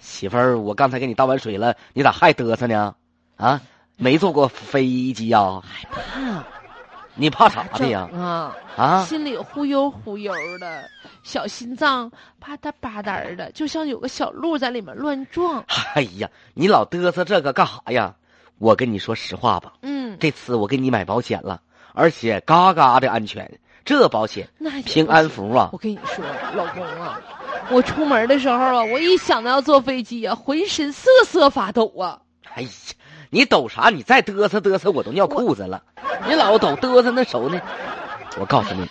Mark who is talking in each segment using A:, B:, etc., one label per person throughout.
A: 媳妇儿，我刚才给你倒完水了，你咋还嘚瑟呢？啊，没坐过飞机呀、
B: 害怕
A: 啊你怕啥的呀？
B: 啊
A: 啊，
B: 心里忽悠忽悠的，小心脏吧嗒吧嗒的，就像有个小鹿在里面乱撞。
A: 哎呀，你老嘚瑟这个干啥呀？我跟你说实话吧，
B: 嗯，
A: 这次我给你买保险了，而且嘎嘎的安全，这保险
B: 那也不
A: 平安
B: 行
A: 符啊
B: 我，跟你说，老公啊，我出门的时候啊，我一想到要坐飞机啊，浑身瑟瑟发抖啊。
A: 哎呀，你抖啥？你再嘚瑟嘚瑟，我都尿裤子了。你老抖嘚瑟那手呢？我告诉你，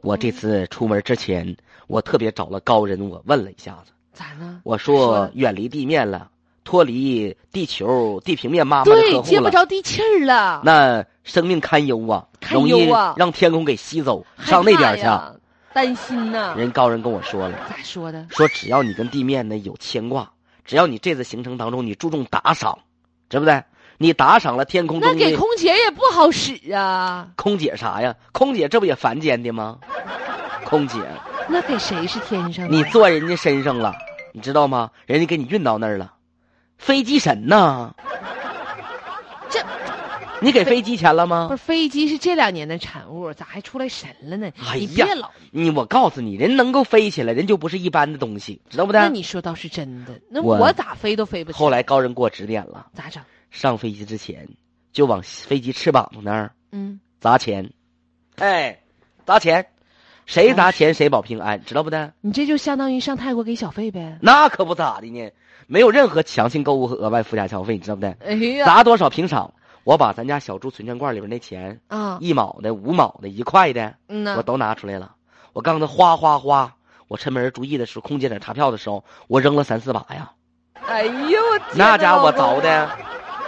A: 我这次出门之前，我特别找了高人，我问了一下子，
B: 咋呢？
A: 我
B: 说
A: 说
B: 了
A: 远离地面了，脱离地球地平面妈妈的
B: 对，
A: 呵
B: 接
A: 护了，
B: 不着地气儿了，
A: 那生命堪忧啊，
B: 堪
A: 容易
B: 忧啊
A: 让天空给吸走，
B: 害
A: 上那
B: 怕
A: 边儿去。啊
B: 呀，担心呐。
A: 人高人跟我说了，
B: 咋说的？
A: 说只要你跟地面呢有牵挂，只要你这次行程当中你注重打赏，知不对？你打赏了天空中
B: 那
A: 的
B: 给空姐也不好使啊，
A: 空姐啥呀？空姐这不也凡间的吗？空姐，
B: 那给谁是天上的？
A: 你坐人家身上了，你知道吗？人家给你运到那儿了，飞机神呐！
B: 这，
A: 你给飞机钱了
B: 不是
A: 吗？
B: 飞机是这两年的产物，咋还出来神了呢？
A: 哎
B: 你
A: 呀
B: 别老，
A: 你我告诉你，人能够飞起来，人就不是一般的东西，知道不
B: 那
A: 得？
B: 你说倒是真的，那
A: 我
B: 我咋飞都飞不起来。
A: 后来高人给我指点了，
B: 咋整？
A: 上飞机之前就往飞机翅膀那儿
B: 嗯，
A: 砸钱，哎，砸钱，谁砸钱谁保平安，知道不得？
B: 你这就相当于上泰国给小费呗。
A: 那可不咋的呢，没有任何强行购物和额外附加消费，你知道不对？
B: 哎呀，
A: 砸多少平少。我把咱家小猪存钱罐里边那钱，
B: 啊，
A: 一毛的、五毛的、一块的，
B: 嗯
A: 我
B: 呐，
A: 都拿出来了。我刚才哗哗哗，我趁没人注意的时候，空姐在查票的时候，我扔了三四把呀，
B: 哎呦，我天
A: 那
B: 哪
A: 家伙
B: 老公
A: 凿 的，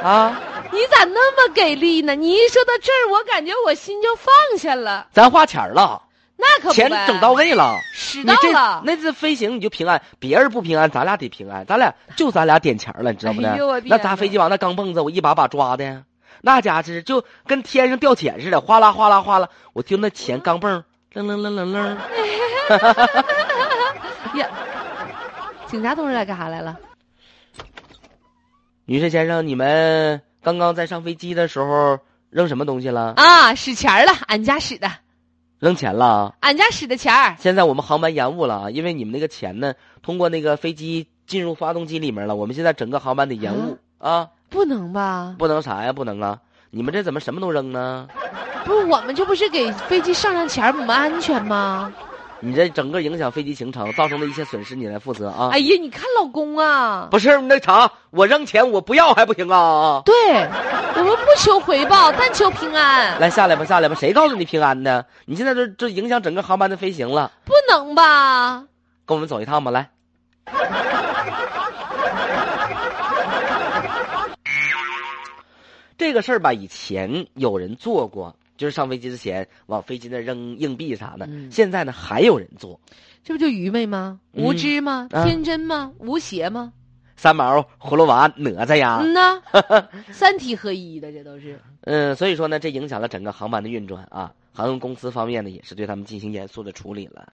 A: 啊！
B: 你咋那么给力呢？你一说到这儿，我感觉我心就放下了。
A: 咱花钱了，
B: 那可不
A: 钱
B: 呗
A: 整到位了。
B: 使
A: 你
B: 到
A: 这
B: 了。
A: 那次飞行你就平安，别人不平安，咱俩得平安，咱俩就咱俩点钱了，你知道不
B: 哎呦我
A: 呢？
B: 天
A: 那砸飞机往那钢蹦子，我一把把抓的，那家伙是就跟天上掉钱似的，哗啦哗啦哗啦，我就那钱钢蹦，楞楞楞楞楞，
B: 警察同志来干啥来了？
A: 女士先生，你们刚刚在上飞机的时候扔什么东西了？
B: 啊，使钱儿了，俺家使的，
A: 扔钱了。
B: 俺家使的钱儿。
A: 现在我们航班延误了啊，因为你们那个钱呢，通过那个飞机进入发动机里面了。我们现在整个航班得延误啊，
B: 不能吧？
A: 不能啥呀，不能啊！你们这怎么什么都扔呢？
B: 不是我们这不是给飞机上上钱儿，我们安全吗？
A: 你这整个影响飞机行程造成的一切损失，你来负责啊！
B: 哎呀，你看老公啊，
A: 不是那啥，我扔钱我不要还不行啊？
B: 对，我们不求回报，但求平安，
A: 来下来吧，下来吧，谁告诉你平安的？你现在这这影响整个航班的飞行了，
B: 不能吧？
A: 跟我们走一趟吧， 来。这个事儿吧，以前有人做过，就是上飞机之前往飞机那扔硬币啥的。
B: 嗯
A: 现在呢，还有人做。
B: 这不就愚昧吗？
A: 嗯
B: 无知吗？
A: 啊
B: 天真吗？无邪吗？
A: 三毛、葫芦娃、哪吒呀，
B: 嗯呐，三体合一的，这都是。
A: 嗯，所以说呢，这影响了整个航班的运转啊。航空公司方面呢，也是对他们进行严肃的处理了。